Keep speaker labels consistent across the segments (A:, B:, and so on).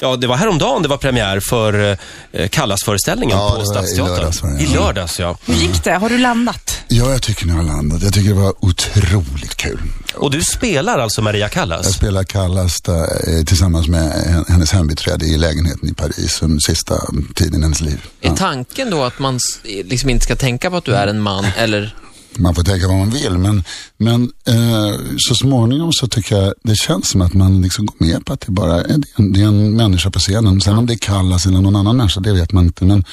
A: Ja, det var häromdagen det var premiär för eh, Kallas-föreställningen
B: Ja,
A: på
B: det var i
A: Stadsteatern.
B: lördags, va? Ja.
A: I lördags, ja.
C: Hur gick det? Har du landat?
B: Ja, jag tycker nu har landat. Jag tycker det var otroligt kul.
A: Och du spelar alltså Maria
B: Jag
A: Callas?
B: spelar Callas där, eh, tillsammans med hen- hennes hembiträde i lägenheten i Paris den sista tiden i hennes liv.
D: Är tanken då att man s- liksom inte ska tänka på att du är en man eller?
B: Man får tänka vad man vill, men, men eh, så småningom så tycker jag det känns som att man liksom går med på att det bara är, det är en, det är en människa på scenen. Sen om det är Callas eller någon annan människa, det vet man inte. Men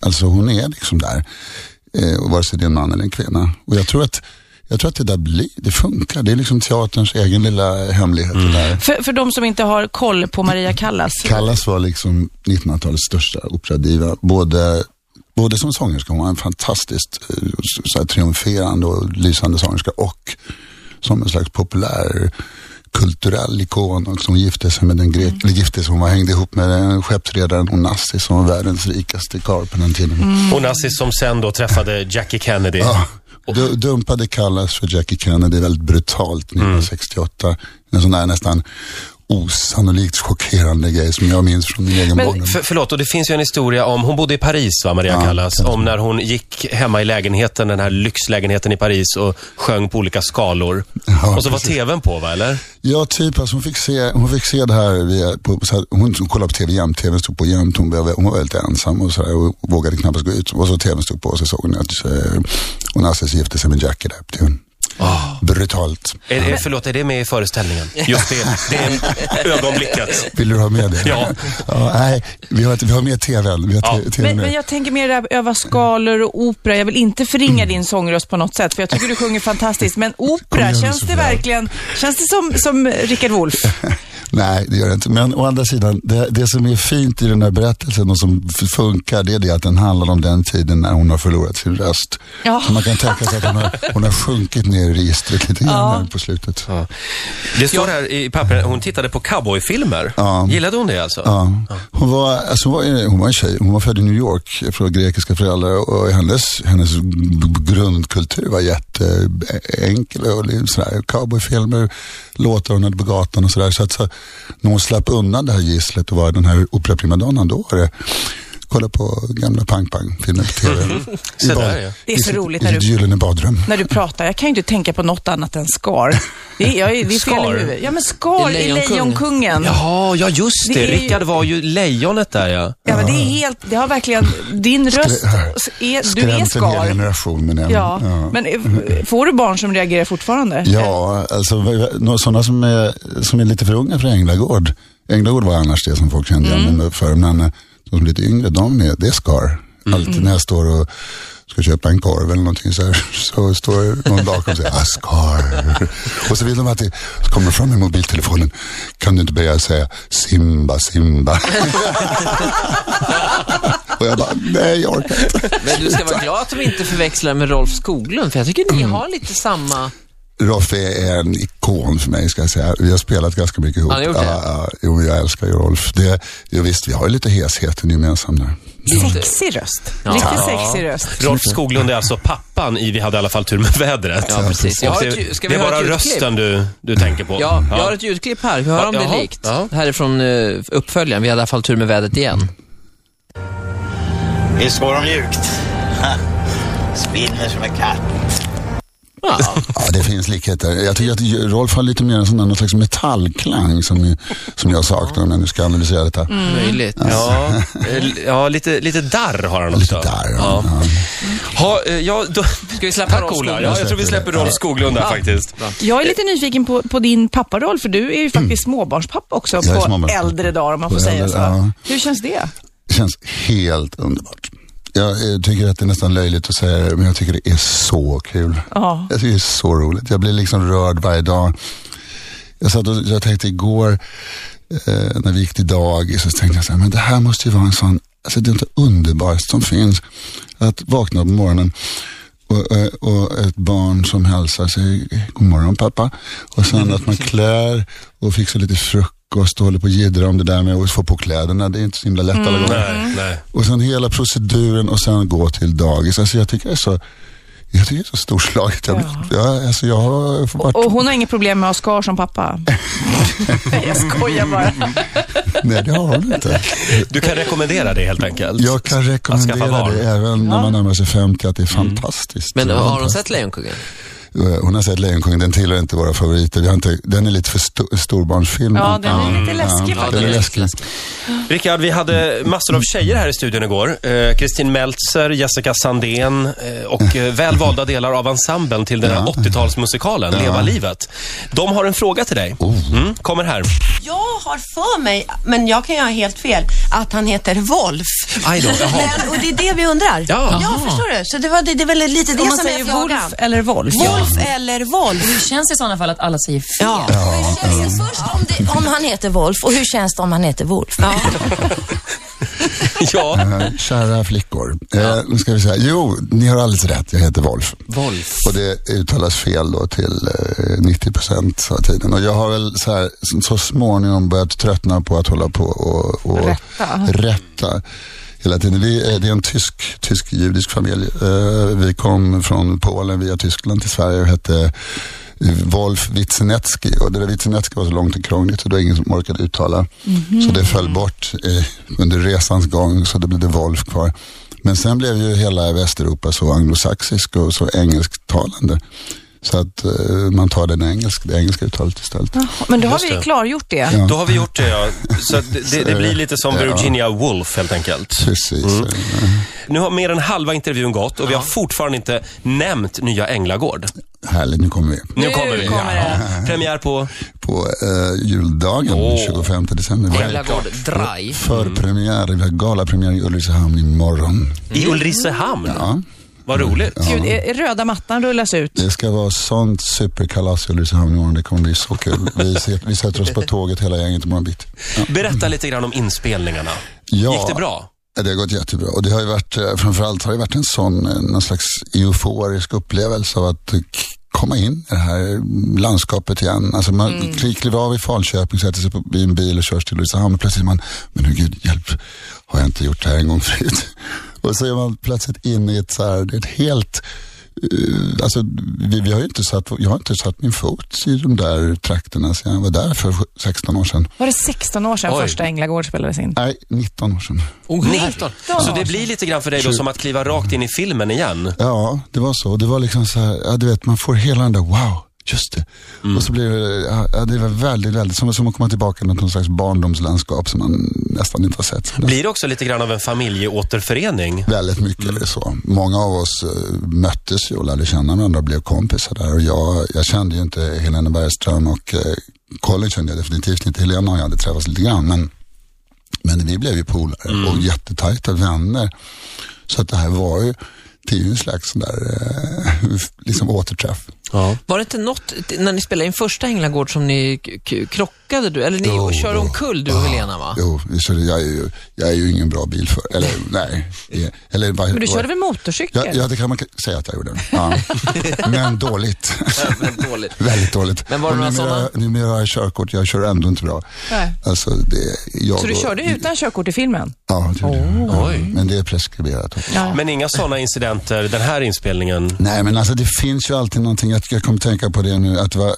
B: alltså hon är liksom där, eh, och vare sig det är en man eller en kvinna. Och jag tror att, jag tror att det där blir, det funkar. Det är liksom teaterns egen lilla hemlighet. Det där.
C: För, för de som inte har koll på Maria Callas.
B: Callas var liksom 1900-talets största operadiva. Både, både som sångerska, hon var en fantastiskt eh, så- så här, triumferande och lysande sångerska och som en slags populär kulturell ikon och som gifte sig med den grek, eller gifte sig, hon var hängde ihop med den skeppsredaren Onassis som var världens rikaste karl på den tiden.
A: Mm. Onassis som sen då träffade Jackie Kennedy.
B: Ja, du, dumpade Callas för Jackie Kennedy väldigt brutalt 1968. En sån där nästan osannolikt chockerande grej som jag minns från min egen
C: Men-
B: barndom.
A: För, förlåt, och det finns ju en historia om, hon bodde i Paris va, Maria
B: Ja,
A: Callas?
B: kanske.
A: Om när hon gick hemma i lägenheten, den här lyxlägenheten i Paris och sjöng på olika skalor.
B: Ja,
A: och så var
B: precis.
A: tvn på va, eller?
B: Ja, typ. Alltså hon, fick se, hon fick se det här, via, på, så här hon hon kollade på tv jämt, tvn stod på jämt, hon, blev, hon var väldigt ensam och, så här, och vågade knappast gå ut. Och så tvn stod på och så såg hon att eh, Onassis gifte sig med Jackie där på tvn.
A: Ah.
B: Brutalt.
A: Är, är, förlåt, är det med i föreställningen? Just det, det är ögonblicket.
B: Vill du ha med det?
A: Ja.
B: Ja, nej, vi har, inte- vi har med tvn. Vi har
A: Ja.
B: te- tvn
C: Men,
B: med.
C: men jag tänker mer det här öva skalor och opera. Jag vill inte
B: Mm.
C: förringa din sångröst på något sätt, för jag tycker du sjunger fantastiskt. Men
B: Kom
C: opera,
B: igen,
C: känns det
B: Sofia.
C: verkligen känns det som, som Rickard Wolff?
B: Nej, det gör det inte. Men å andra sidan, det, det som är fint i den här berättelsen och som f- funkar, det är det att den handlar om den tiden när hon har förlorat sin röst.
C: Ja.
B: Så man kan tänka sig att hon har, hon har sjunkit ner i registret lite grann här på slutet. Ja.
A: Det står här i pappren, hon tittade på cowboyfilmer.
B: Ja.
A: Gillade hon det alltså?
B: Hon, var, alltså hon, var, hon var en tjej, hon var född i New York från grekiska föräldrar och hennes, hennes g- grundkultur var jätteenkel. Och li- sådär, cowboyfilmer, låtar hon hade på gatan och sådär. Så att, så, när hon slapp undan det här gisslet och var den här operaprimadonnan, då var det kolla på gamla pang-pang-filmer på tv. I
A: Så där,
B: bad-
A: ja.
C: Det är så
B: i sitt-
C: roligt
B: I
C: när
B: sitt
C: du-
B: gyllene badrum.
C: När du pratar, jag kan ju inte tänka på något annat än Scar. Det är, jag, är- det är fel i
A: Scar?
C: huvudet. Ja, men Scar
D: I
C: i
D: Lejonkungen.
C: Lejonkungen.
A: Jaha, ja just det.
C: Det är ju-
A: Rickard var ju lejonet där ja.
C: Ja, men det är helt, det har verkligen, din röst är, du är
B: Skrämt en hel
C: Scar.
B: generation med den.
C: Ja, men eh, får du barn som reagerar fortfarande?
B: Ja, alltså v- nå- sådana som är, som är lite för unga för Änglagård. Änglagård var annars det som folk kände igen mm. för, men eh, de som är lite yngre, de är, det är Scar. Alltid när jag står och ska köpa en korv eller någonting så, här, så står någon bakom och säger ah, Scar. Och så vill de alltid, så kommer de fram med mobiltelefonen, kan du inte börja säga Simba, Simba. och jag bara, nej jag orkar inte.
D: Men du ska vara glad att de inte förväxlar med Rolf Skoglund, för jag tycker ni har lite samma...
B: Roffe är en ikon för mig, ska jag säga. Vi har spelat ganska mycket ihop.
D: Har ni gjort det?
B: Ja, ja, jo, jag älskar ju Rolf. Det, jo, visst, vi har ju lite hesheten gemensam där.
C: Sexig röst. Lite sexig röst.
A: Rolf Skoglund är alltså pappan i Vi hade i alla fall tur med vädret.
D: Ja, precis. Jag
A: Och
D: har
A: det,
D: ett, ju- ska vi
A: det är
D: höra
A: bara
D: ett ljudklipp?
A: rösten du, du tänker på.
D: Ja, jag har ett ljudklipp här. Vi hör
A: Ja,
D: om det
A: jaha.
D: är likt.
A: Ja.
D: Det här är från eh, uppföljaren. Vi hade i alla fall tur med vädret igen.
E: Visst var de mjukt? Ha, Spinner som en katt.
D: Ja.
B: Ja, det finns likheter. Jag tycker att Rolf har lite mer en sån där, någon slags metallklang som, som jag saknar om jag nu ska analysera detta.
D: Mm. Möjligt.
A: Ja, eh, ja lite, lite darr har han också.
B: Lite där. Ja.
A: Ja. Ha, eh, ja, då,
D: Ska vi släppa Rolf
A: Skoglund.
D: Skoglund?
A: Ja, jag tror vi släpper Rolf Skoglund där faktiskt.
C: Jag är lite nyfiken på, på din papparoll, för du är ju faktiskt småbarnspappa också
B: Mm. Jag är
C: på
B: småbarnspappa.
C: äldre dagar, om man
B: På
C: får säga
B: äldre,
C: så.
B: ja.
C: Hur känns det?
B: Det känns helt underbart. Jag eh, tycker att det är nästan löjligt att säga det, men jag tycker det är så kul.
C: Ja.
B: Jag tycker det är så roligt. Jag blir liksom rörd varje dag. Jag satt och jag tänkte igår, eh, när vi gick till dagis, så tänkte jag så här, men det här måste ju vara en sån, alltså det är inte underbart som finns. Att vakna på morgonen och, eh, och ett barn som hälsar sig, god morgon pappa. Och sen att man klär och fixar lite frukost och håller på och jiddrar om det där med att få på kläderna. Det är inte så himla lätt
D: Mm.
B: alla gånger.
A: Nej, nej.
B: Och sen hela proceduren och sen gå till dagis. Alltså jag tycker det är så, Jag tycker det är så storslaget. Jag,
C: Ja.
B: jag, alltså jag har varit...
C: Och hon har inget problem med att ha skar som pappa. Nej, jag skojar bara.
B: Nej, det har hon inte.
A: Du kan rekommendera det helt enkelt.
B: Jag kan rekommendera
A: barn.
B: det även när man närmar sig 50 att det är fantastiskt.
D: Men
B: Det är
D: har hon
B: fantastiskt.
D: sett Lejonkungen?
B: Eh, Hon har sett Lejonkungen, den tillhör inte våra favoriter. Vi har inte, den är lite för sto- storbarnsfilm. Mm.
C: Ja, den är lite läskig
B: Ja, den är
D: faktiskt.
B: läskig.
A: Rickard, vi hade massor av tjejer här i studion igår. Eh, Kristin Meltzer, Jessica Sandén eh, och eh, väl valda delar av ensemblen till den här 80-talsmusikalen Leva livet. De har en fråga till dig.
B: Oh.
A: Mm, kommer här.
F: Jag har för mig, men jag kan ju ha helt fel, att han heter Wolf.
A: Aj då, jaha.
F: Men, och det är det vi undrar.
A: Ja.
F: förstår du. Så det, var, det, det är väl lite det
G: Om man
F: som är
G: säger
F: frågan.
G: Wolf eller Wolf.
F: Wolf eller Wolf?
G: Hur känns det i sådana fall att alla säger fel?
F: Ja.
H: Hur känns det först om, det, om han heter Wolf och hur känns det om han heter Wolf?
A: Ja,
B: Eh, Kära flickor. Eh, nu ska vi säga. Jo, ni har alldeles rätt. Jag heter Wolf.
D: Wolf.
B: Och det uttalas fel då till eh, 90 procent av tiden. Och jag har väl så, här, så- så småningom börjat tröttna på att hålla på och, och
C: Rätta.
B: rätta hela tiden. Vi, eh, det är en tysk, tysk-judisk familj. Eh, vi kom från Polen via Tyskland till Sverige och hette eh, Wolf Witzenetsky och det där Witzenetsky var så långt och krångligt så det var ingen som orkade uttala. Så det föll bort eh, under resans gång så det blev det Wolf kvar. Men sen blev ju hela Västeuropa så anglosaxisk och så engelsktalande. Så att eh, man tar den engelsk, det engelska uttalet istället.
C: Men då har
A: Just
C: vi
A: det.
C: klargjort det.
A: då har vi gjort det. Ja. Så att det, det, det blir lite som Virginia Woolf helt enkelt.
B: Precis.
A: Nu har mer än halva intervjun gått och vi har fortfarande inte nämnt Nya Änglagård.
B: Härligt, nu kommer vi.
A: Nu kommer vi.
C: kommer
A: Ja. Premiär på...
B: På eh, juldagen,
A: Åh.
B: 25 december. Vi har
D: Änglagård Dry.
B: Förpremiär, vi har galapremiär i Ulricehamn imorgon.
A: I Ulricehamn.
B: Mm. Ja.
A: Vad roligt.
C: Gud, eh, röda mattan rullas ut.
B: Det ska vara sånt superkalas i Ulricehamn imorgon. Det kommer bli så kul. Vi, sitter, vi sätter oss på tåget hela gänget imorgon bitti.
A: Berätta lite grann om inspelningarna.
B: Ja.
A: Gick det bra?
B: Ja, Det har gått jättebra och det har ju varit, eh, framförallt har det varit en sån, eh, någon slags euforisk upplevelse av att eh, k- komma in i det här landskapet igen. Alltså man kli- kliver av i Falköping, sätter sig på, i en bil och körs till Ulricehamn och plötsligt är man, men hur gud, hjälp, har jag inte gjort det här en gång förut? Och så är man plötsligt inne i ett, så här, det är ett helt eh, Alltså, vi, vi har ju inte satt, jag har inte satt min fot i de där trakterna sedan jag var där för 16 år sedan.
C: Var det 16 år sedan
A: Oj.
C: första Änglagård spelades in?
B: Nej, 19 år sedan.
D: Oh, nitton.
A: Så det blir lite grann för dig då som att kliva rakt in i filmen igen.
B: Ja, det var så. Det var liksom så här, ja, du vet, man får hela den där wow, just det. Och så blir det, ja, det var väldigt, väldigt, som, som att komma tillbaka till någon slags barndomslandskap som man nästan inte har sett. Så det-
A: Blir det också lite grann av en familjeåterförening?
B: Väldigt mycket är det så. Många av oss eh, möttes ju och lärde känna varandra och blev kompisar där. Och jag, jag kände ju inte Helena Bergström och eh, Colin kände jag definitivt inte. Helena och jag hade träffats lite grann men, men vi blev ju polare
D: Mm.
B: och jättetajta vänner. Så att det här var ju, det är ju en slags sån där eh, liksom återträff.
A: Ja.
D: Var det inte något, när ni spelade in första Änglagård som ni k- k- krockade du? Eller ni
B: Jo,
D: körde
B: jo.
D: omkull du och Helena va?
B: Jo, vi körde, jag, är ju, jag är ju ingen bra bilförare. Eller nej. eh, Eller, vad-
C: Men du körde väl
B: Ja,
C: motorcykel?
B: ja, det kan man säga att jag gjorde. Ja. Men dåligt.
D: Men dåligt.
B: Väldigt dåligt.
D: Men var det
B: Och
D: några
B: numera,
D: sådana?
B: numera har jag körkort, jag kör ändå inte bra.
C: Nej.
B: Alltså, det, jag
C: Så du
B: då-
C: körde Oh. utan körkort i filmen?
B: Ja, det gjorde jag. ja, men det är preskriberat också.
A: Men inga sådana incidenter den här inspelningen?
B: Nej, men alltså det finns ju alltid någonting, jag, jag kommer tänka på det nu, att det, var, eh,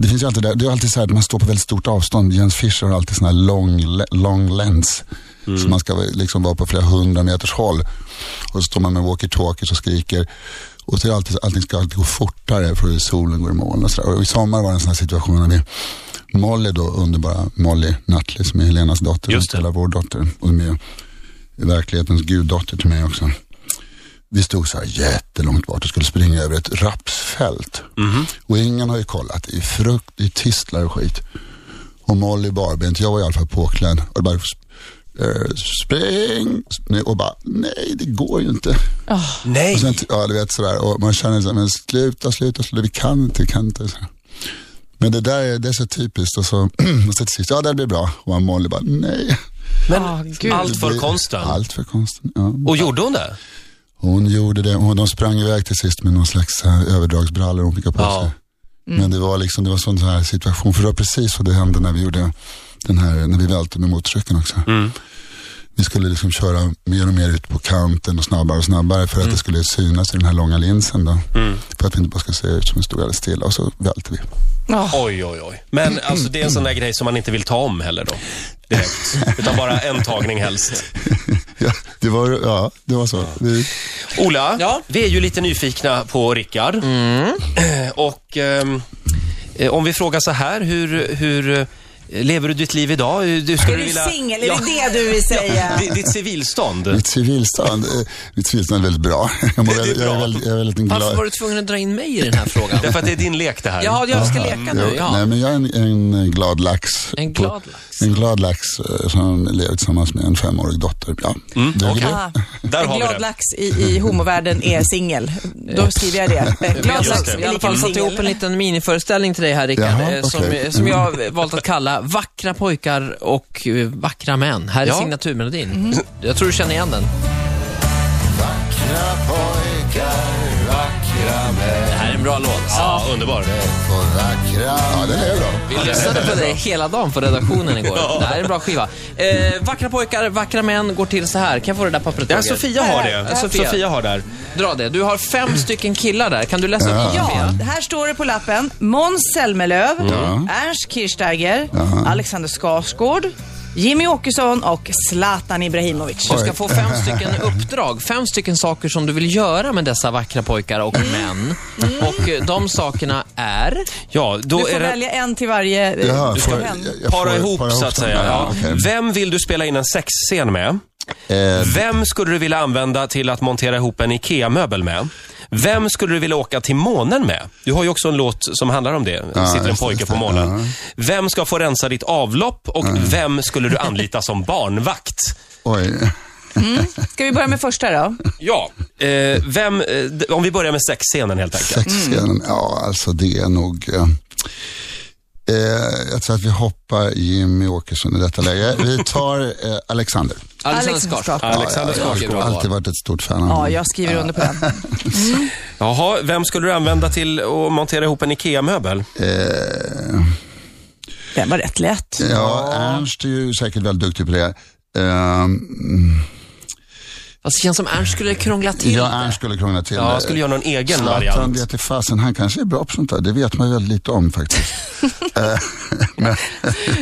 B: det finns ju alltid det, det är alltid så här att man står på väldigt stort avstånd. Jens Fischer har alltid sån här long, le- long lens.
A: Mm.
B: Så man ska vara- liksom vara på flera hundra meters håll. Och så står man med walkie-talkies och skriker. Och så är det alltid, allting ska alltid gå fortare för att solen går i moln och så där. Och i sommar var det en sån här situation när vi Molly då, underbara Molly Nutley som är Helenas dotter,
A: Just
B: Hon
A: det.
B: spelar vår dotter och som är verklighetens guddotter till mig också. Vi stod så här jättelångt bort och skulle springa över ett rapsfält.
A: Mhm.
B: Och ingen har ju kollat i frukt, i tistlar och skit. Och Molly barbent, jag var i alla fall påklädd. Och bara, eh, spring! Nej, Och bara, nej det går ju inte.
A: Nej!
B: Och sen, ja, du vet sådär. Och man känner såhär, men sluta, sluta, sluta, vi kan inte, vi kan inte. Så. här. Men det där är, det är så typiskt. Och så, och så till sist, ja det blir bra. Och man Molly bara, nej.
A: Men
C: Ah, gud.
A: allt
B: Det
A: för
B: blir-
A: konsten.
B: Allt för konsten, ja.
A: Och gjorde hon det?
B: Hon gjorde det. Hon, de sprang iväg till sist med någon slags eh, överdragsbrallor hon fick ha på
A: Ja.
B: sig.
D: Mm.
B: Men det var liksom, det var sån här Mm. situation. För det var precis vad det hände när vi gjorde den här, när vi välte med motorcykeln också. vi skulle liksom köra mer och mer ut på kanten och snabbare och snabbare för att det skulle synas i den här långa linsen. Då. För att vi inte bara ska se ut som vi stod alldeles stilla och så välter vi.
C: Ja.
A: Oj, oj, oj. Men alltså, det är en sån där grej som man inte vill ta om heller då. Direkt. Utan bara en tagning helst.
B: Ja, det var, ja, det var så. Vi,
A: Ola,
D: Ja?
A: vi är ju lite nyfikna på Rickard.
C: Mm.
A: Och ehm, eh, om vi frågar så här, hur, hur eh, lever du ditt liv idag? Du skulle
C: Är du
A: vilja-
C: singel? Är
A: Ja,
C: det det du vill säga?
A: di- Ditt civilstånd.
B: mitt civilstånd, eh, mitt civilstånd är väldigt bra. Jag, mår,
A: Det- det är
B: väl- jag,
A: bra.
B: är väldigt, jag är väldigt glad.
D: Varför var du tvungen att dra in mig i den här frågan?
A: Därför att det är din lek det här.
D: Ja, jag ska
A: Mm.
D: leka
B: Jo,
D: nu.
B: Nej,
D: Ja.
B: men jag är en, en glad lax.
D: En glad lax.
B: En glad lax eh, som lever tillsammans med en femårig dotter. Ja. Duger det?
C: Ah,
A: Där har vi
C: glad
A: det.
C: lax i, i homovärlden är singel. Då skriver jag det. Eh, Glad
A: Just
C: lax
A: det.
C: är
D: Vi har i alla
C: lika
D: fall
C: med
D: satt ihop en
C: singel.
D: liten miniföreställning till dig här Rickard,
B: Jaha,
D: eh, som,
A: Mm.
B: okej.
D: eh, som jag har valt att kalla Vackra pojkar och eh, vackra män. Här är
A: Ja.
D: signaturmelodin.
C: Mhm.
D: Jag tror du känner igen den.
B: Vackra pojkar, vackra
D: Det
B: män
D: här är en bra låt.
A: Ja, underbar.
B: och vackra... Ja, den är bra.
D: Vi lyssnade på dig hela dagen på redaktionen igår. Det här är en bra skiva. Eh, vackra pojkar, vackra män går till så här. Kan jag få det där pappret?
A: Ja,
D: Roger?
A: Sofia har det.
D: Ja, Sofia.
A: Sofia har där.
D: Dra det. Du har fem stycken killar där. Kan du läsa upp dem?
C: Ja,
D: Sofia?
C: här står det på lappen. Måns Zelmerlöw, Ernst Kirchsteiger, Alexander Skarsgård, Jimmy Åkesson och Zlatan Ibrahimovic.
D: Du ska få fem stycken uppdrag, fem stycken saker som du vill göra med dessa vackra pojkar och
B: Mm.
D: män. Och eh, de sakerna är...
A: Ja, då
C: Du får
A: är det...
C: välja en till varje. eh,
B: Jaha,
C: du ska
B: får-
C: hem.
B: jag- jag
A: Para
B: får-
A: ihop, så att
B: dem.
A: säga. Ja. Mm.
B: okej.
A: Vem vill du spela in en sexscen med?
B: Eh,
A: Vem skulle du vilja använda till att montera ihop en IKEA-möbel med? Vem skulle du vilja åka till månen med? Du har ju också en låt som handlar om det.
B: Ja,
A: Sitter en
B: just det,
A: pojke
B: just det. Mm.
A: på månen. Vem ska få rensa ditt avlopp och vem skulle du anlita som barnvakt?
B: Oj.
C: Ska vi börja med första då?
A: Ja, eh, vem, eh, d- om vi börjar med sexscenen helt enkelt.
B: Sexscenen, ja alltså det är nog... Eh, eh, jag tror att vi hoppar Jimmy Åkesson i detta läge. Vi tar eh, Alexander.
D: Alexander Skarsgård.
A: Alexander
D: Ja, ja, ja.
A: Skarsgård.
D: Bra val.
B: Alltid varit ett stort fan av
C: Ja,
B: honom.
C: jag skriver under på den.
A: Jaha, vem skulle du använda till att montera ihop en IKEA-möbel?
B: Eh,
C: Den var rätt lätt.
B: ja, Ernst är ju säkert väldigt duktig på det. Ehm,
D: Fast det känns som Ernst skulle krångla till
B: ja,
D: det.
B: Ernst skulle krångla till
A: Ja,
B: det.
A: jag skulle göra någon egen
B: Zlatan
A: variant.
B: vet i fasen, han kanske är bra på sånt där. Det vet man ju väldigt lite om faktiskt.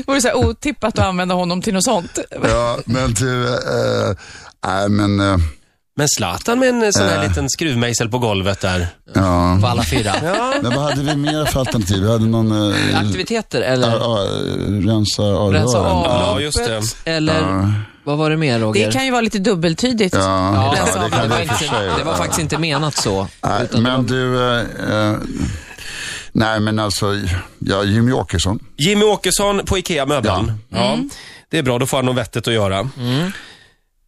C: Vore så här otippat att använda honom till något sånt.
B: ja, men du, eh, nej men, eh,
A: Men Zlatan med en sån här liten skruvmejsel på golvet där.
B: ja.
D: På alla fyra.
B: Men vad hade vi mer för alternativ? Vi hade någon... eh,
D: Aktiviteter eller,
B: Ja, ja,
D: Rensa
B: rensa avhöraren.
D: av.
A: Ja, just det.
D: eller vad var det mer Roger?
C: Det kan ju vara lite dubbeltydigt.
B: Ja,
D: Ja,
B: ja, det kan
D: det, var
B: vi i och för
D: inte,
B: sig.
D: det var faktiskt inte menat så.
B: Nej, men du, eh, eh, nej men alltså, ja, Jimmy Åkesson.
A: Jimmy Åkesson på IKEA-möbeln. Ja. Det är bra, då får han något vettigt att göra.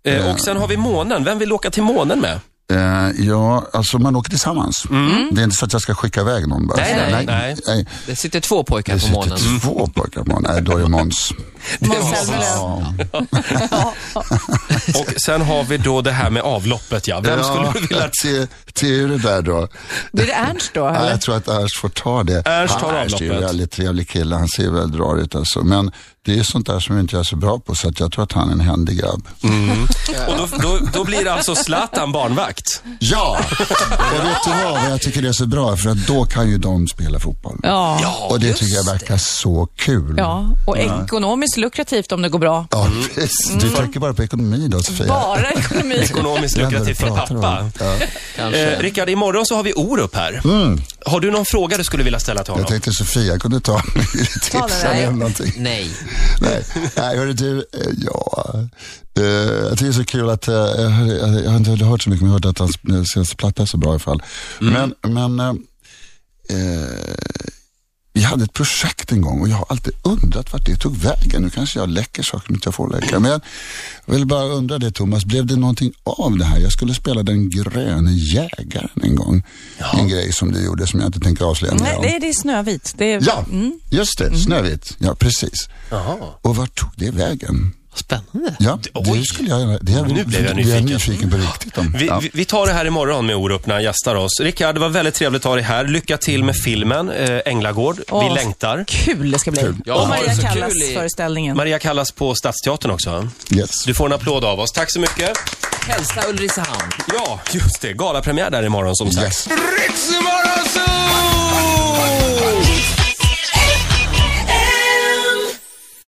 A: Eh, och sen har vi månen. Vem vill åka till månen med?
B: Eh, ja, alltså man åker tillsammans. Det är inte så att jag ska skicka iväg någon bara.
A: Mm. Nej, nej, nej. Mm.
D: Det sitter två pojkar
B: Det
D: på månen.
B: sitter två pojkar på månen. Nej, då är det Måns.
C: Måns Zelmerlöw.
B: Ja.
A: Och sen har vi då det här med avloppet, ja. Vem skulle du vilja...
B: Ja, till, till det där då.
C: Blir det Ernst då?
B: Ja,
C: Eller?
B: jag tror att Ernst får ta det.
A: Ernst tar
B: Ja, Ernst är ju en
A: avloppet.
B: väldigt trevlig kille. Han ser väldigt rar ut alltså. Men det är sånt där som inte jag är så bra på så att jag tror att han är en händig grabb.
A: Mm. Och då, då, då blir det alltså Zlatan barnvakt.
B: Ja! Och vet du vad? Jag tycker det är så bra för att då kan ju de spela fotboll.
C: Ja.
B: och det tycker jag verkar så kul.
C: ja. Och ekonomiskt lukrativt om det går bra.
B: Ja, precis. Du tänker bara på ekonomi då Sofia.
C: Bara ekonomi.
A: Ekonomiskt
B: Det är det
A: lukrativt
B: du
A: för
B: pratar om.
A: pappa.
B: Ja. Mm.
A: Eh, Rickard, imorgon så har vi Orup här. Har du någon fråga du skulle vilja ställa till
B: Jag
A: honom?
B: tänkte Sofia kunde ta tipsen eller någonting.
D: Nej.
B: Nej, nej hörru du, eh, ja. Eh, jag tycker det är så kul att, eh, jag, hörde- jag, jag har inte hört så mycket, men jag hörde att hans eh, senaste platta är så bra i alla fall.
C: Mm.
B: Men, men eh, eh, vi hade ett projekt en gång och jag har alltid undrat vart det tog vägen. Nu kanske jag läcker saker som inte jag får läcka. Men jag vill bara undra det Thomas, blev det någonting av det här? Jag skulle spela den gröne jägaren en gång. En grej som du gjorde som jag inte tänker avslöja mer
C: Nej,
B: om.
C: det är, det är Snövit. Det är...
B: Ja, just det, Snövit. Ja, precis.
A: Mm. Jaha.
B: Och vart tog det vägen?
D: Spännande.
B: Ja,
A: Oj.
B: det skulle jag gärna. Det är
A: Nu blev jag
B: det är
A: nyfiken. Mm.
B: nyfiken på riktigt. Om.
A: Vi,
B: ja.
A: vi- vi tar det här imorgon med Orup när han gästar oss. Rickard, det var väldigt trevligt att ha dig här. Lycka till med filmen, eh, Änglagård. Vi
C: Åh.
A: längtar.
G: Kul det ska bli.
D: Ja,
C: Och Maria
D: så
C: Callas
D: kul i-
C: föreställningen.
A: Maria kallas på Stadsteatern också.
B: Yes.
A: Du får en applåd av oss. Tack så mycket.
D: Hälsa Ulricehamn.
A: Ja, just det. Galapremiär där imorgon som sagt.
B: yes.
E: Riks Morgonzoo!